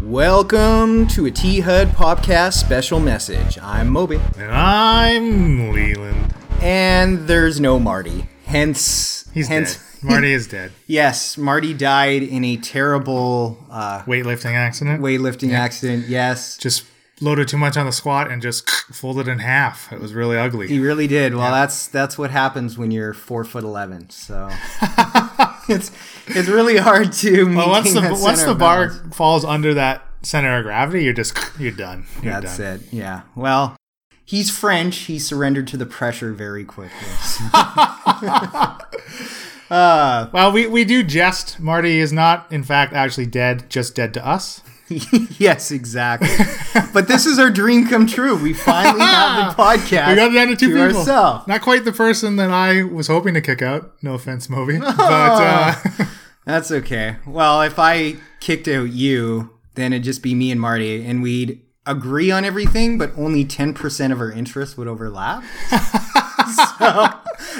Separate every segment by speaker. Speaker 1: Welcome to a T HUD podcast special message. I'm Moby.
Speaker 2: And I'm Leland.
Speaker 1: And there's no Marty. Hence,
Speaker 2: He's
Speaker 1: hence,
Speaker 2: dead. Marty is dead.
Speaker 1: yes, Marty died in a terrible uh,
Speaker 2: Weightlifting accident.
Speaker 1: weightlifting accident. Yes,
Speaker 2: Just loaded too much on the squat and just folded in half. It was really ugly.
Speaker 1: he really did. Well, that's that's what happens when you're four foot eleven. So it's it's really hard to.
Speaker 2: But once the
Speaker 1: maintain that
Speaker 2: once
Speaker 1: center
Speaker 2: the
Speaker 1: of
Speaker 2: bar
Speaker 1: balance.
Speaker 2: falls under that center of gravity, you're just you're done. You're
Speaker 1: That's
Speaker 2: done.
Speaker 1: it. Yeah. Well, he's French. He surrendered to the pressure very quickly.
Speaker 2: Well, we, we do jest. Marty is not, in fact, actually dead. Just dead to us.
Speaker 1: yes, exactly. but this is our dream come true. We finally have the podcast.
Speaker 2: We got it down to two
Speaker 1: to
Speaker 2: people.
Speaker 1: ourself.
Speaker 2: Not quite the person that I was hoping to kick out. No offense, Moby. But uh,
Speaker 1: That's okay. Well, if I kicked out you, then it'd just be me and Marty, and we'd agree on everything, but only 10% of our interests would overlap. so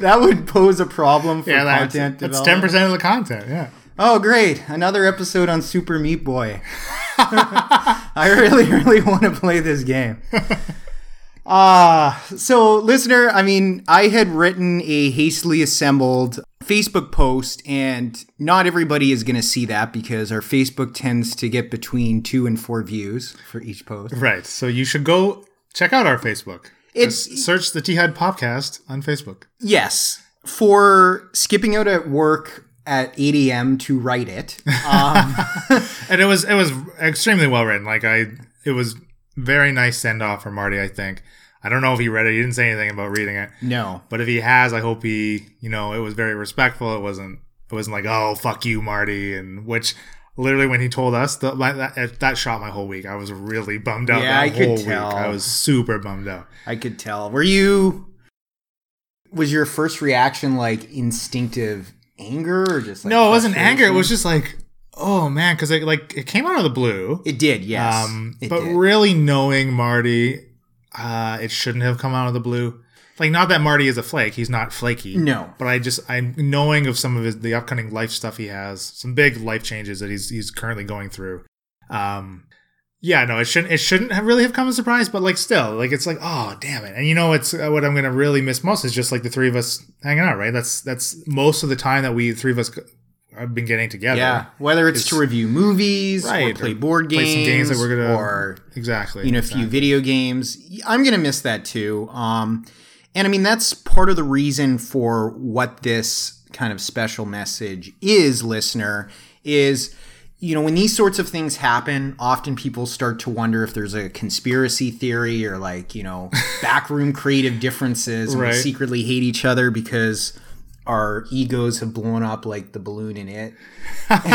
Speaker 1: that would pose a problem for
Speaker 2: yeah, that's
Speaker 1: content
Speaker 2: that's ten
Speaker 1: development.
Speaker 2: percent of the content. Yeah.
Speaker 1: Oh, great. Another episode on Super Meat Boy. I really, really want to play this game. Uh, so, listener, I mean, I had written a hastily assembled Facebook post, and not everybody is going to see that because our Facebook tends to get between two and four views for each post.
Speaker 2: Right. So you should go check out our Facebook.
Speaker 1: It's-
Speaker 2: Just search the T HUD podcast on Facebook.
Speaker 1: Yes, for skipping out at work at 8 a.m. to write it. um,
Speaker 2: And it was it was extremely well written. Like I it was very nice send off for Marty, I think. I don't know if he read it. He didn't say anything about reading it.
Speaker 1: No.
Speaker 2: But if he has, I hope he you know, it was very respectful. It wasn't it wasn't like, oh fuck you, Marty and which literally when he told us the, my, that that shot my whole week. I was really bummed out
Speaker 1: Yeah,
Speaker 2: that
Speaker 1: I could
Speaker 2: whole
Speaker 1: tell.
Speaker 2: week. I was super bummed out.
Speaker 1: I could tell. Were you? Was your first reaction like instinctive anger or just like
Speaker 2: no, it wasn't anger.
Speaker 1: frustration?
Speaker 2: It was just like, oh man, because it, like it came out of the blue.
Speaker 1: It did, yes.
Speaker 2: um,
Speaker 1: it
Speaker 2: but
Speaker 1: did.
Speaker 2: really knowing Marty, uh, it shouldn't have come out of the blue. Like, not that Marty is a flake; he's not flaky.
Speaker 1: No.
Speaker 2: but I just I'm knowing of some of his the upcoming life stuff he has, some big life changes that he's he's currently going through. Um, yeah, no, it shouldn't it shouldn't have really have come as a surprise, but like still, like it's like oh damn it, and you know it's uh, what I'm gonna really miss most is just like the three of us hanging out, right? That's that's most of the time that we the three of us g- have been getting together.
Speaker 1: yeah, whether it's, to review movies
Speaker 2: Right,
Speaker 1: or play
Speaker 2: or
Speaker 1: board games,
Speaker 2: play some games that we're gonna
Speaker 1: or
Speaker 2: exactly
Speaker 1: you know, a
Speaker 2: exactly.
Speaker 1: few video games. I'm gonna miss that too. Um, and I mean that's part of the reason for what this kind of special message is, listener, is you know when these sorts of things happen, often people start to wonder if there's a conspiracy theory or like you know backroom creative differences, and
Speaker 2: Right.
Speaker 1: we secretly hate each other because our egos have blown up like the balloon in it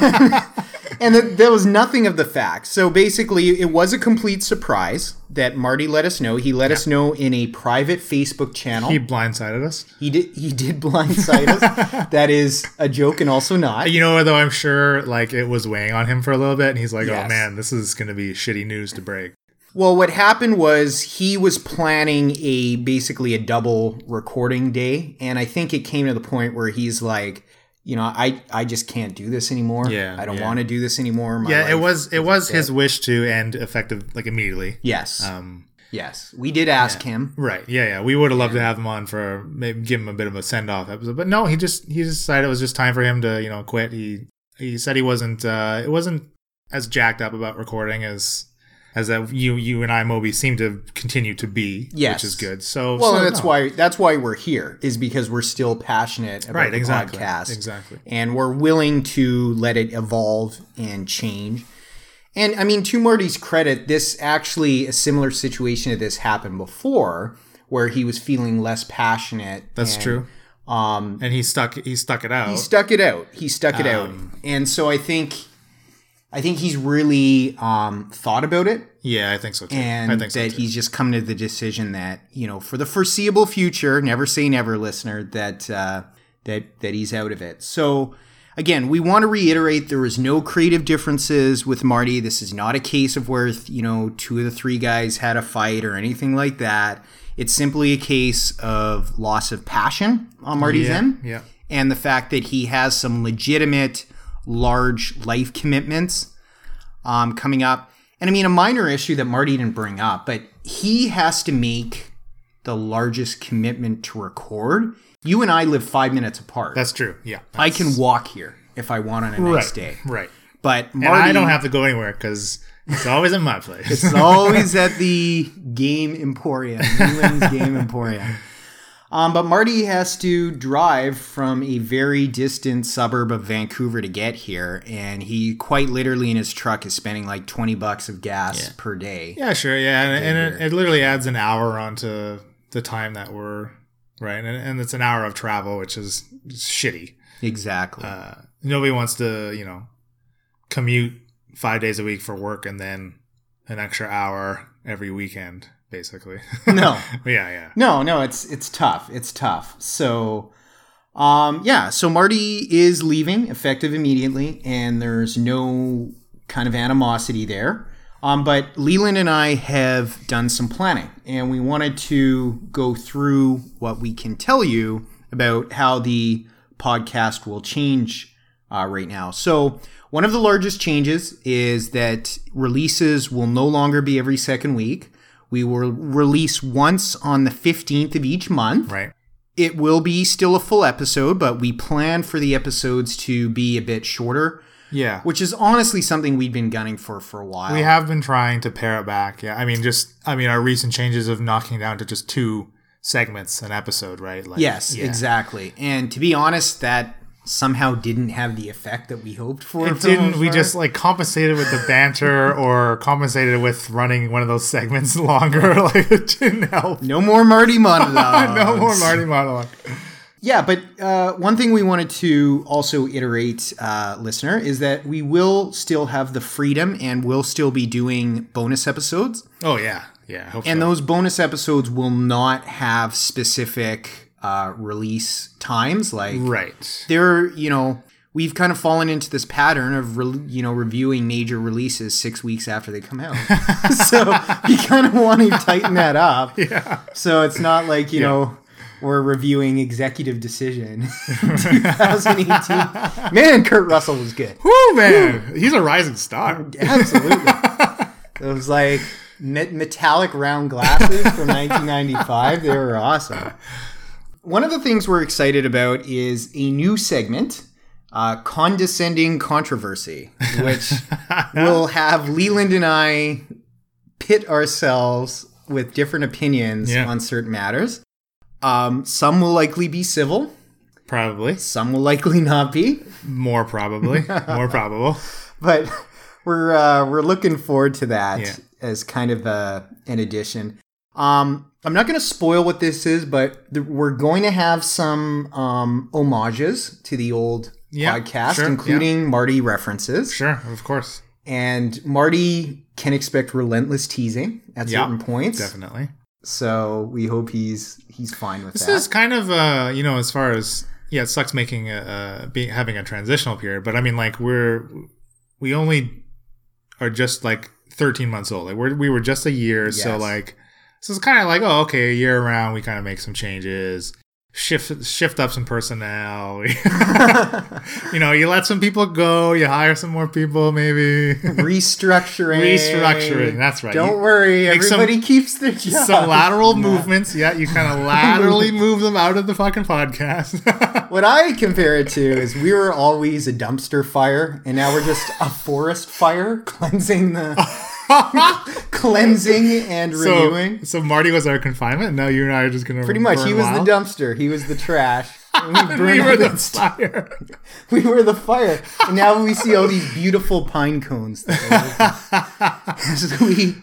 Speaker 1: and that there was nothing of the fact. So basically, it was a complete surprise that Marty let us know. He let us know in a private Facebook channel.
Speaker 2: He
Speaker 1: He,
Speaker 2: blindsided us.
Speaker 1: did he did blindside us. That is a joke and also not.
Speaker 2: You know, though, I'm sure like it was weighing on him for a little bit, and he's like,
Speaker 1: Yes.
Speaker 2: "Oh man, this is going to be shitty news to break."
Speaker 1: Well, what happened was he was planning a basically a double recording day, and I think it came to the point where he's like, you know, I I just can't do this anymore.
Speaker 2: Yeah,
Speaker 1: I don't
Speaker 2: yeah.
Speaker 1: want to do this anymore. My
Speaker 2: Yeah, it
Speaker 1: life-
Speaker 2: was it was his wish to end effective like immediately.
Speaker 1: Yes,
Speaker 2: Um,
Speaker 1: yes, we did ask him.
Speaker 2: right. Yeah, yeah. We would have loved to have him on for maybe give him a bit of a send off episode, but no, he just he just decided it was just time for him to you know quit. He he said he wasn't uh it wasn't as jacked up about recording as as that you you and I Moby seem to continue to be,
Speaker 1: Yes.
Speaker 2: which is good. So
Speaker 1: Well,
Speaker 2: so,
Speaker 1: and that's
Speaker 2: no.
Speaker 1: why that's why we're here is because we're still passionate about
Speaker 2: right
Speaker 1: the
Speaker 2: exactly
Speaker 1: podcast,
Speaker 2: exactly.
Speaker 1: and we're willing to let it evolve and change. And I mean, to Marty's credit, this actually a similar situation to this happened before, where he was feeling less passionate.
Speaker 2: That's
Speaker 1: and,
Speaker 2: true.
Speaker 1: Um,
Speaker 2: And he stuck he stuck it out.
Speaker 1: he stuck it out. He stuck it
Speaker 2: Um.
Speaker 1: out, and so I think, I think he's really um, thought about it
Speaker 2: Yeah, I think so too.
Speaker 1: and
Speaker 2: I think so
Speaker 1: that
Speaker 2: too.
Speaker 1: he's just come to the decision that you know for the foreseeable future never say never listener that uh, that that he's out of it so again we want to reiterate there is no creative differences with marty this is not a case of where you know two of the three guys had a fight or anything like that it's simply a case of loss of passion on marty's end
Speaker 2: yeah.
Speaker 1: and the fact that he has some legitimate large life commitments um, coming up. And I mean, a minor issue that Marty didn't bring up, but he has to make the largest commitment to record. You and I live five minutes apart.
Speaker 2: That's true. Yeah.
Speaker 1: I can walk here if I want on a
Speaker 2: right,
Speaker 1: next day.
Speaker 2: Right.
Speaker 1: But Marty,
Speaker 2: And I don't have to go anywhere because it's always in my place.
Speaker 1: It's always at the Game Emporium, Newland's Game Emporium. Um, but Marty has to drive from a very distant suburb of Vancouver to get here, and he quite literally in his truck is spending like twenty bucks of gas per day.
Speaker 2: yeah, sure. Yeah. And, and it, it literally adds an hour onto the time that we're, right? And, and it's an hour of travel, which is shitty.
Speaker 1: Exactly.
Speaker 2: Uh, nobody wants to, you know, commute five days a week for work and then an extra hour every weekend, basically.
Speaker 1: no,
Speaker 2: yeah, yeah.
Speaker 1: no, no. It's it's tough. It's tough. So, um, yeah. So Marty is leaving effective immediately, and there's no kind of animosity there. Um, but Leland and I have done some planning, and we wanted to go through what we can tell you about how the podcast will change uh, right now. So, one of the largest changes is that releases will no longer be every second week. We will release once on the 15th of each month.
Speaker 2: Right.
Speaker 1: It will be still a full episode, but we plan for the episodes to be a bit shorter,
Speaker 2: Yeah.
Speaker 1: which is honestly something we've been gunning for for a while.
Speaker 2: We have been trying to pare it back. Yeah. I mean, just, I mean, our recent changes of knocking down to just two segments an episode, right? Like,
Speaker 1: Yes,
Speaker 2: yeah.
Speaker 1: exactly. And to be honest, that somehow didn't have the effect that we hoped for. for
Speaker 2: It
Speaker 1: the
Speaker 2: didn't.
Speaker 1: most
Speaker 2: We
Speaker 1: part.
Speaker 2: just like compensated with the banter or compensated with running one of those segments longer. Like, it didn't help.
Speaker 1: no more Marty monologues.
Speaker 2: No more Marty monologue.
Speaker 1: Yeah, but uh, one thing we wanted to also iterate, uh, listener, is that we will still have the freedom and we'll still be doing bonus episodes.
Speaker 2: Oh, yeah. Yeah. I hope
Speaker 1: And
Speaker 2: so.
Speaker 1: those bonus episodes will not have specific uh, release times. Like,
Speaker 2: right.
Speaker 1: they're, you know, we've kind of fallen into this pattern of, re- you know, reviewing major releases six weeks after they come out. so you kind of want to tighten that up.
Speaker 2: Yeah.
Speaker 1: So it's not like, you know, we're reviewing executive decision 2018. Man, Kurt Russell was good.
Speaker 2: Woo, man. He's a rising star.
Speaker 1: Absolutely. Those like me- metallic round glasses from 1995, they were awesome. One of the things we're excited about is a new segment, uh, Condescending Controversy, which will have Leland and I pit ourselves with different opinions
Speaker 2: Yeah.
Speaker 1: on certain matters. Um, some will likely be civil,
Speaker 2: Probably.
Speaker 1: some will likely not be.
Speaker 2: More probably. More probable.
Speaker 1: but we're uh, we're looking forward to that
Speaker 2: Yeah.
Speaker 1: as kind of uh, an addition. Um, I'm not going to spoil what this is, but th- we're going to have some um, homages to the old
Speaker 2: Yeah,
Speaker 1: podcast,
Speaker 2: sure,
Speaker 1: including Marty references.
Speaker 2: Sure, of course.
Speaker 1: And Marty can expect relentless teasing at
Speaker 2: Yeah,
Speaker 1: certain points.
Speaker 2: Definitely.
Speaker 1: So we hope he's he's fine with
Speaker 2: This
Speaker 1: that.
Speaker 2: is kind of uh, you know, as far as yeah, it sucks making a, uh be, having a transitional period, but I mean, like we're we only are just like 13 months old. Like we're we were just a year, so
Speaker 1: Yes.
Speaker 2: like so it's kind of like oh, okay, a year around we kind of make some changes, shift shift up some personnel. you know, you let some people go, you hire some more people, maybe.
Speaker 1: restructuring.
Speaker 2: Restructuring, that's right.
Speaker 1: Don't
Speaker 2: You
Speaker 1: worry,
Speaker 2: make some-
Speaker 1: everybody keeps their job.
Speaker 2: Some lateral movements, yeah. You kind of laterally move them out of the fucking podcast.
Speaker 1: What I compare it to is we were always a dumpster fire, and now we're just a forest fire, cleansing the cleansing and
Speaker 2: so,
Speaker 1: renewing.
Speaker 2: so Marty was our confinement. and Now you and I are just gonna
Speaker 1: Pretty much, he was the dumpster. He was the trash. and we, burned
Speaker 2: We were the
Speaker 1: everything.
Speaker 2: fire.
Speaker 1: we were the fire, and now we see all these beautiful pine cones that are as we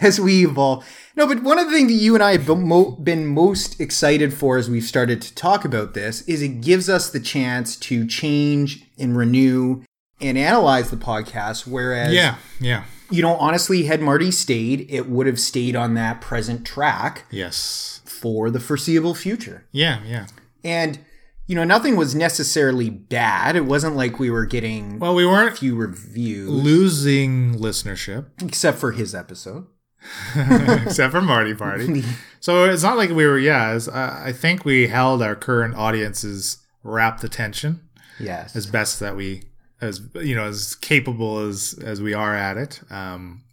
Speaker 1: as we evolve. No, but one of the things that you and I have been mo- been most excited for as we've started to talk about this is it gives us the chance to change and renew and analyze the podcast. Whereas,
Speaker 2: Yeah, yeah,
Speaker 1: you know, honestly, had Marty stayed, it would have stayed on that present track
Speaker 2: yes,
Speaker 1: for the foreseeable future.
Speaker 2: yeah, yeah.
Speaker 1: And you know, nothing was necessarily bad. It wasn't like we were getting
Speaker 2: Well, we weren't
Speaker 1: few reviews,
Speaker 2: losing listenership
Speaker 1: except for his episode.
Speaker 2: except for Marty Party. So it's not like we were. Yeah, it's- uh, I I think we held our current audience's rapt attention
Speaker 1: Yes,
Speaker 2: as best that we as you know as capable as as we are at it. Um,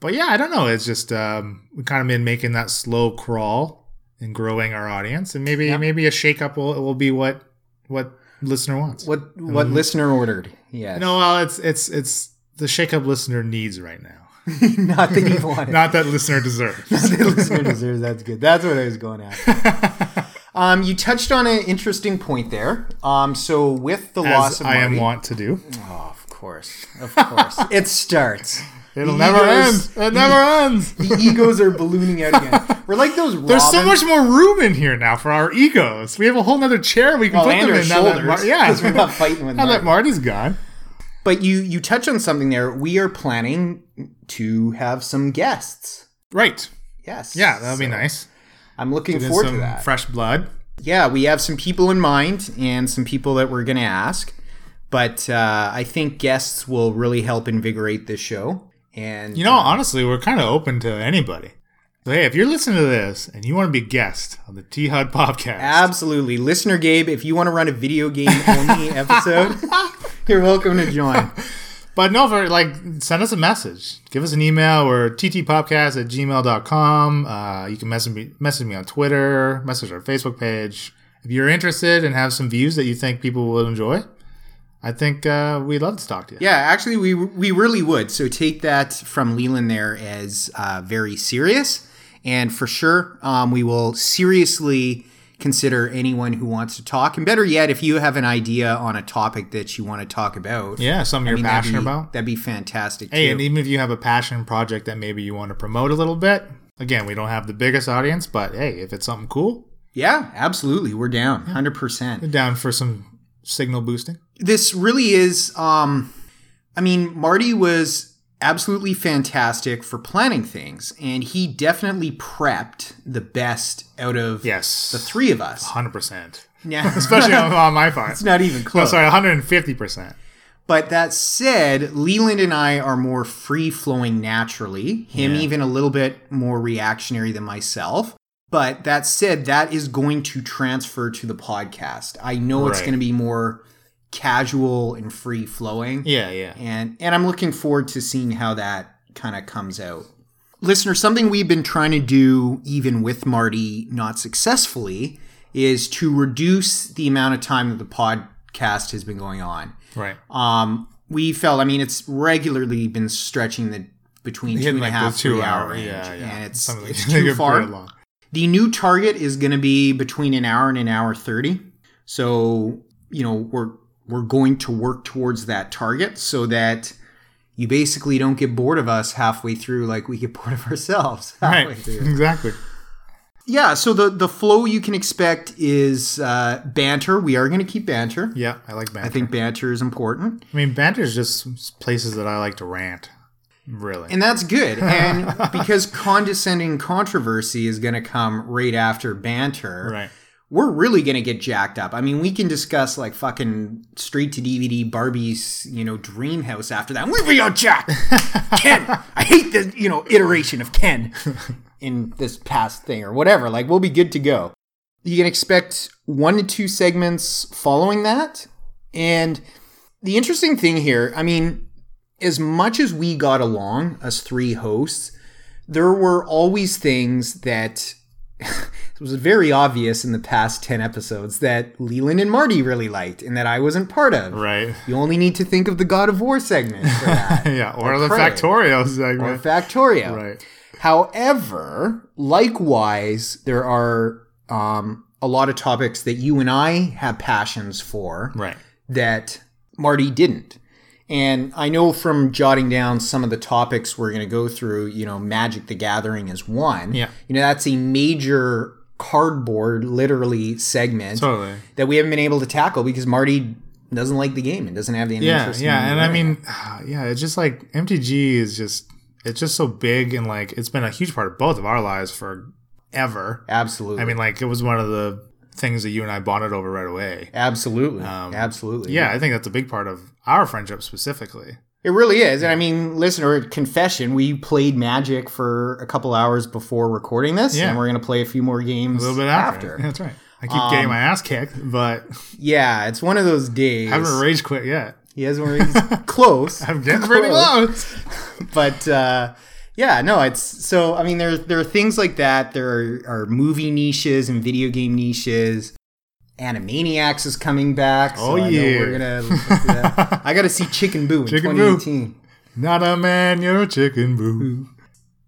Speaker 2: but yeah, I don't know. It's just um, we kind of been making that slow crawl and growing our audience, and maybe
Speaker 1: Yeah.
Speaker 2: maybe a shakeup will will be what what listener wants.
Speaker 1: What what listener ordered? Yes.
Speaker 2: Mm-hmm. No, well, it's it's it's the shakeup listener needs right now.
Speaker 1: not that you wanted.
Speaker 2: Not that listener deserves.
Speaker 1: the listener deserves. That's good. That's what I was going at. um, you touched on an interesting point there. Um, so with the loss
Speaker 2: as
Speaker 1: of
Speaker 2: I am
Speaker 1: Marty-
Speaker 2: wont to do.
Speaker 1: Oh, of course, of course, it starts.
Speaker 2: It'll
Speaker 1: The
Speaker 2: never
Speaker 1: egos-
Speaker 2: end. It never ends.
Speaker 1: The egos are ballooning out again. We're like those. Robins.
Speaker 2: There's so much more room in here now for our egos. We have a whole nother chair we can
Speaker 1: Well,
Speaker 2: put
Speaker 1: and
Speaker 2: them
Speaker 1: our
Speaker 2: in. Now that Mar-
Speaker 1: shoulders.
Speaker 2: yeah,
Speaker 1: 'cause we're not fighting with
Speaker 2: now that
Speaker 1: Marty.
Speaker 2: Marty's gone.
Speaker 1: But you you touch on something there. We are planning to have some guests.
Speaker 2: Right.
Speaker 1: Yes.
Speaker 2: Yeah, that'll be
Speaker 1: So
Speaker 2: nice.
Speaker 1: I'm looking
Speaker 2: Get
Speaker 1: forward
Speaker 2: some
Speaker 1: to that.
Speaker 2: fresh blood.
Speaker 1: yeah, we have some people in mind and some people that we're going to ask. But uh, I think guests will really help invigorate this show. And
Speaker 2: You know, honestly, we're kind of open to anybody. So hey, if you're listening to this and you want to be a guest on the T HUD podcast,
Speaker 1: absolutely, listener Gabe, if you want to run a video game only episode, you're welcome to join.
Speaker 2: But no, for like, send us a message. Give us an email. We're ttpopcast at gmail.com. Uh, you can message me, message me on Twitter, message our Facebook page. If you're interested and have some views that you think people will enjoy, I think uh, we'd love to talk to you.
Speaker 1: Yeah, actually, we we really would. So take that from Leland there as uh, very serious, and for sure, um, we will seriously consider anyone who wants to talk. And better yet, if you have an idea on a topic that you want to talk about,
Speaker 2: Yeah, something
Speaker 1: I
Speaker 2: you're
Speaker 1: mean, that'd
Speaker 2: passionate
Speaker 1: be-
Speaker 2: about.
Speaker 1: that'd be fantastic.
Speaker 2: Hey,
Speaker 1: too.
Speaker 2: and even if you have a passion project that maybe you want to promote a little bit, again, we don't have the biggest audience, but hey, if it's something cool,
Speaker 1: yeah, absolutely, we're down, hundred percent.
Speaker 2: we're down for some signal boosting.
Speaker 1: This really is. Um, I mean, Marty was absolutely fantastic for planning things, and he definitely prepped the best out of
Speaker 2: Yes.
Speaker 1: the three of us.
Speaker 2: 100%.
Speaker 1: Yeah,
Speaker 2: Especially on, on my part.
Speaker 1: it's not even
Speaker 2: No,
Speaker 1: close.
Speaker 2: sorry, 150%.
Speaker 1: But that said, Leland and I are more free flowing naturally. Him even a little bit more reactionary than myself. But that said, that is going to transfer to the podcast. I know it's
Speaker 2: Right.
Speaker 1: going to be more casual and free flowing.
Speaker 2: Yeah, yeah.
Speaker 1: And and I'm looking forward to seeing how that kind of comes out. Listener, something we've been trying to do even with Marty not successfully is to reduce the amount of time that the podcast has been going on.
Speaker 2: Right.
Speaker 1: Um, we felt, I mean, it's regularly been stretching the between two
Speaker 2: Hitting
Speaker 1: and a
Speaker 2: like
Speaker 1: half,
Speaker 2: the two
Speaker 1: three
Speaker 2: hour,
Speaker 1: hour range,
Speaker 2: yeah, yeah.
Speaker 1: and it's,
Speaker 2: Something
Speaker 1: it's
Speaker 2: like-
Speaker 1: too
Speaker 2: very
Speaker 1: far.
Speaker 2: long.
Speaker 1: The new target is going to be between an hour and an hour thirty. So you know we're we're going to work towards that target so that you basically don't get bored of us halfway through, like we get bored of ourselves halfway
Speaker 2: Right.
Speaker 1: through.
Speaker 2: Exactly.
Speaker 1: Yeah. So the the flow you can expect is uh, banter. We are going to keep banter.
Speaker 2: Yeah, I like banter.
Speaker 1: I
Speaker 2: I, think,
Speaker 1: think banter is important.
Speaker 2: I mean, banter is just places that I like to rant. Really.
Speaker 1: And that's good. And because condescending controversy is going to come right after banter,
Speaker 2: right.
Speaker 1: we're really going to get jacked up. I mean, we can discuss like fucking straight to DVD Barbie's, you know, dream house after that. We we got jacked. Ken, I hate the, you know, iteration of Ken in this past thing or whatever. Like, we'll be good to go. You can expect one to two segments following that. And the interesting thing here, I mean, as much as we got along, us three hosts, there were always things that it was very obvious in the past 10 episodes that Leland and Marty really liked and that I wasn't part of.
Speaker 2: Right.
Speaker 1: You only need to think of the God of War segment for that,
Speaker 2: Yeah. Or the
Speaker 1: prey.
Speaker 2: factorial
Speaker 1: or
Speaker 2: segment.
Speaker 1: Factorio.
Speaker 2: right.
Speaker 1: However, likewise, there are um, a lot of topics that you and I have passions for
Speaker 2: Right.
Speaker 1: that Marty didn't. And I know from jotting down some of the topics we're going to go through, you know, Magic the Gathering is one.
Speaker 2: Yeah.
Speaker 1: You know, that's a major cardboard, literally, segment
Speaker 2: Totally.
Speaker 1: that we haven't been able to tackle because Marty doesn't like the game and doesn't have the
Speaker 2: Yeah.
Speaker 1: interest.
Speaker 2: Yeah.
Speaker 1: in
Speaker 2: And I
Speaker 1: learning.
Speaker 2: mean, yeah, it's just like MTG is just, it's just so big and like, it's been a huge part of both of our lives forever.
Speaker 1: absolutely.
Speaker 2: I mean, like, it was one of the things that you and I bonded over right away.
Speaker 1: absolutely.
Speaker 2: um,
Speaker 1: absolutely.
Speaker 2: Yeah, I think that's a big part of our friendship specifically.
Speaker 1: It really is. And I mean, listener, confession, we played Magic for a couple hours before recording this,
Speaker 2: Yeah.
Speaker 1: and we're going to play a few more games
Speaker 2: A little bit after. That's
Speaker 1: Um,
Speaker 2: right. I keep getting my ass kicked, but
Speaker 1: Yeah, it's one of those days.
Speaker 2: haven't rage quit yet.
Speaker 1: He has one where he's close.
Speaker 2: I'm getting pretty close.
Speaker 1: but uh, yeah, no, it's so. I mean, there there are things like that. There are, are movie niches and video game niches. Animaniacs is coming back. So
Speaker 2: Oh,
Speaker 1: I know
Speaker 2: yeah.
Speaker 1: we're gonna. look at that. I got to see Chicken Boo in
Speaker 2: Chicken Boo.
Speaker 1: 2018.
Speaker 2: Not a man, you're a chicken boo.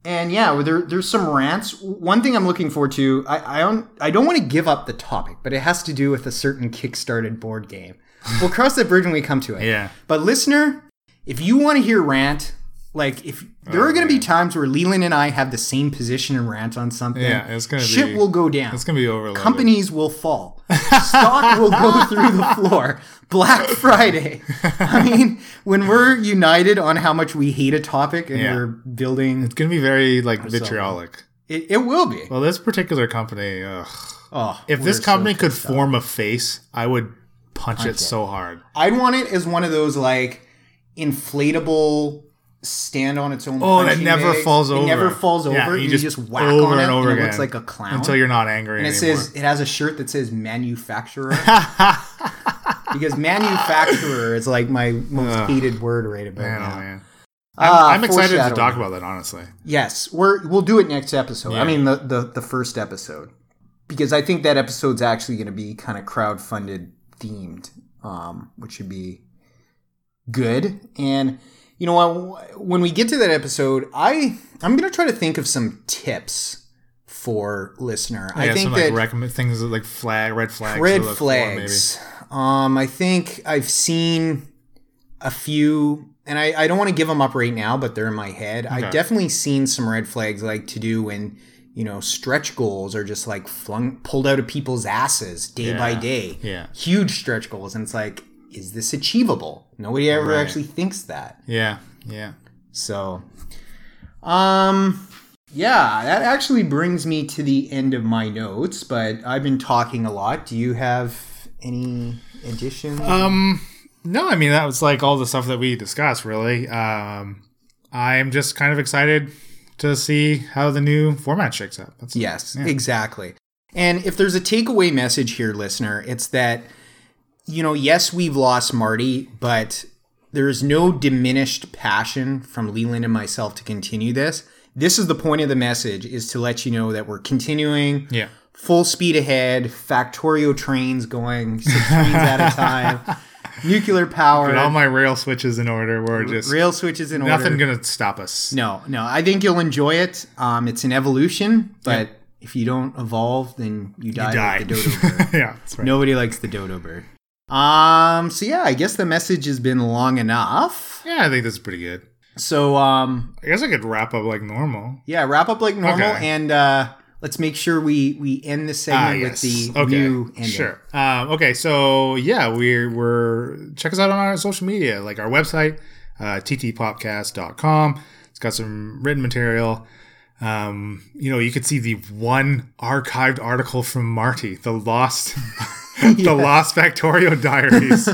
Speaker 1: And yeah, well, there, there's some rants. One thing I'm looking forward to, I, I don't, I don't want to give up the topic, but it has to do with a certain kickstarted board game. We'll cross that bridge when we come to it.
Speaker 2: Yeah.
Speaker 1: But listener, if you want to hear rant, like if there
Speaker 2: Oh,
Speaker 1: are going to be times where Leland and I have the same position and rant on something,
Speaker 2: Yeah, it's gonna
Speaker 1: shit
Speaker 2: be-
Speaker 1: will go down.
Speaker 2: It's gonna be overloaded.
Speaker 1: Companies will fall. Stock will go through the floor. Black Friday. I mean, when we're united on how much we hate a topic and
Speaker 2: Yeah.
Speaker 1: we're building
Speaker 2: It's gonna be very like vitriolic.
Speaker 1: it, it will be.
Speaker 2: Well, this particular company, ugh.
Speaker 1: Oh,
Speaker 2: if
Speaker 1: we're
Speaker 2: this
Speaker 1: so-
Speaker 2: company could form a face, I would punch it so hard.
Speaker 1: I'd want it as one of those like inflatable stand on its own.
Speaker 2: Oh, that
Speaker 1: punching
Speaker 2: never
Speaker 1: bags.
Speaker 2: falls
Speaker 1: It
Speaker 2: over.
Speaker 1: never falls over.
Speaker 2: Yeah,
Speaker 1: and you, just, whack on it, and, it looks like a clown.
Speaker 2: until you're not angry
Speaker 1: and it
Speaker 2: anymore.
Speaker 1: says it has a shirt that says manufacturer because manufacturer is like my most hated word right about
Speaker 2: Man, oh,
Speaker 1: now.
Speaker 2: man.
Speaker 1: Ah,
Speaker 2: I'm excited to
Speaker 1: foreshadowing.
Speaker 2: talk about that. Honestly,
Speaker 1: Yes, we're we'll do it next episode.
Speaker 2: Yeah.
Speaker 1: I mean the, the the first episode because I think that episode's actually going to be kind of crowdfunded themed, um, which should be good. And you know what? When we get to that episode, I I'm going to try to think of some tips for listener. I
Speaker 2: yeah,
Speaker 1: think
Speaker 2: some
Speaker 1: that
Speaker 2: like recommend things that, like flag, red flags, to
Speaker 1: red
Speaker 2: look for,
Speaker 1: flags. Um, I think I've seen a few, and I, I don't want to give them up right now, but they're in my head. I've definitely seen some red flags, like to do when you know stretch goals are just like flung pulled out of people's asses day by
Speaker 2: Yeah.
Speaker 1: day.
Speaker 2: Yeah.
Speaker 1: huge stretch goals, and it's like, is this achievable? Nobody ever
Speaker 2: Right.
Speaker 1: actually thinks that.
Speaker 2: Maybe. Yeah, yeah.
Speaker 1: So, um, yeah, that actually brings me to the end of my notes, but I've been talking a lot. Do you have any additions?
Speaker 2: Um, no, I mean that was like all the stuff that we discussed. Really, um, I'm just kind of excited to see how the new format shakes up. That's
Speaker 1: yes, exactly. And if there's a takeaway message here, listener, it's that, you know, yes, we've lost Marty, but there is no diminished passion from Leland and myself to continue this. This is the point of the message is to let you know that we're continuing.
Speaker 2: yeah,
Speaker 1: full speed ahead, Factorio trains going six trains at a time, nuclear power,
Speaker 2: but all my rail switches in order. We're just
Speaker 1: rail switches in
Speaker 2: nothing
Speaker 1: order.
Speaker 2: gonna stop us.
Speaker 1: no, no, I think you'll enjoy it. Um, it's an evolution, but if you don't evolve, then you die.
Speaker 2: Die.
Speaker 1: Like the dodo bird.
Speaker 2: yeah, that's right.
Speaker 1: Nobody likes the dodo bird. Um, so yeah, I guess the message has been long enough.
Speaker 2: Yeah, I think that's pretty good.
Speaker 1: So um,
Speaker 2: I guess I could wrap up like normal.
Speaker 1: yeah, wrap up like normal,
Speaker 2: Okay.
Speaker 1: and uh, let's make sure we we end the segment
Speaker 2: Ah,
Speaker 1: with
Speaker 2: yes.
Speaker 1: the
Speaker 2: okay.
Speaker 1: new ending.
Speaker 2: Sure. Um, okay, so yeah, we're we're check us out on our social media, like our website, uh, ttpopcast.com. It's got some written material. Um, you know, you could see the one archived article from Marty, the lost, the lost Factorio diaries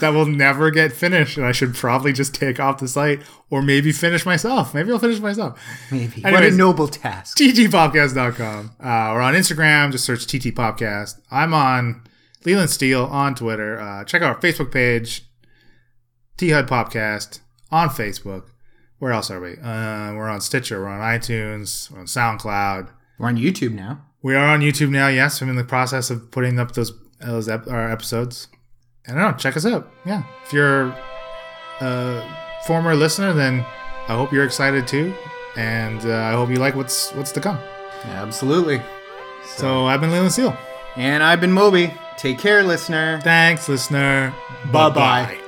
Speaker 2: that will never get finished, and I should probably just take off the site or maybe finish myself. Maybe I'll finish myself.
Speaker 1: Maybe. what a
Speaker 2: Anyways.
Speaker 1: noble task.
Speaker 2: ttpopcast.com. Uh, we're on Instagram. Just search ttpopcast. I'm on Leland Steele on Twitter. Uh, check out our Facebook page, THUD Podcast on Facebook. Where else are we? Uh, we're on Stitcher. We're on iTunes. We're on SoundCloud.
Speaker 1: We're on YouTube now.
Speaker 2: We are on YouTube now. Yes, I'm in the process of putting up those those ep- our episodes. I don't know. Check us out. Yeah, if you're a former listener, then I hope you're excited too, and uh, I hope you like what's what's to come.
Speaker 1: Absolutely.
Speaker 2: So I've been Leland Seal.
Speaker 1: And I've been Moby. Take care, listener.
Speaker 2: Thanks, listener.
Speaker 1: Bye-bye.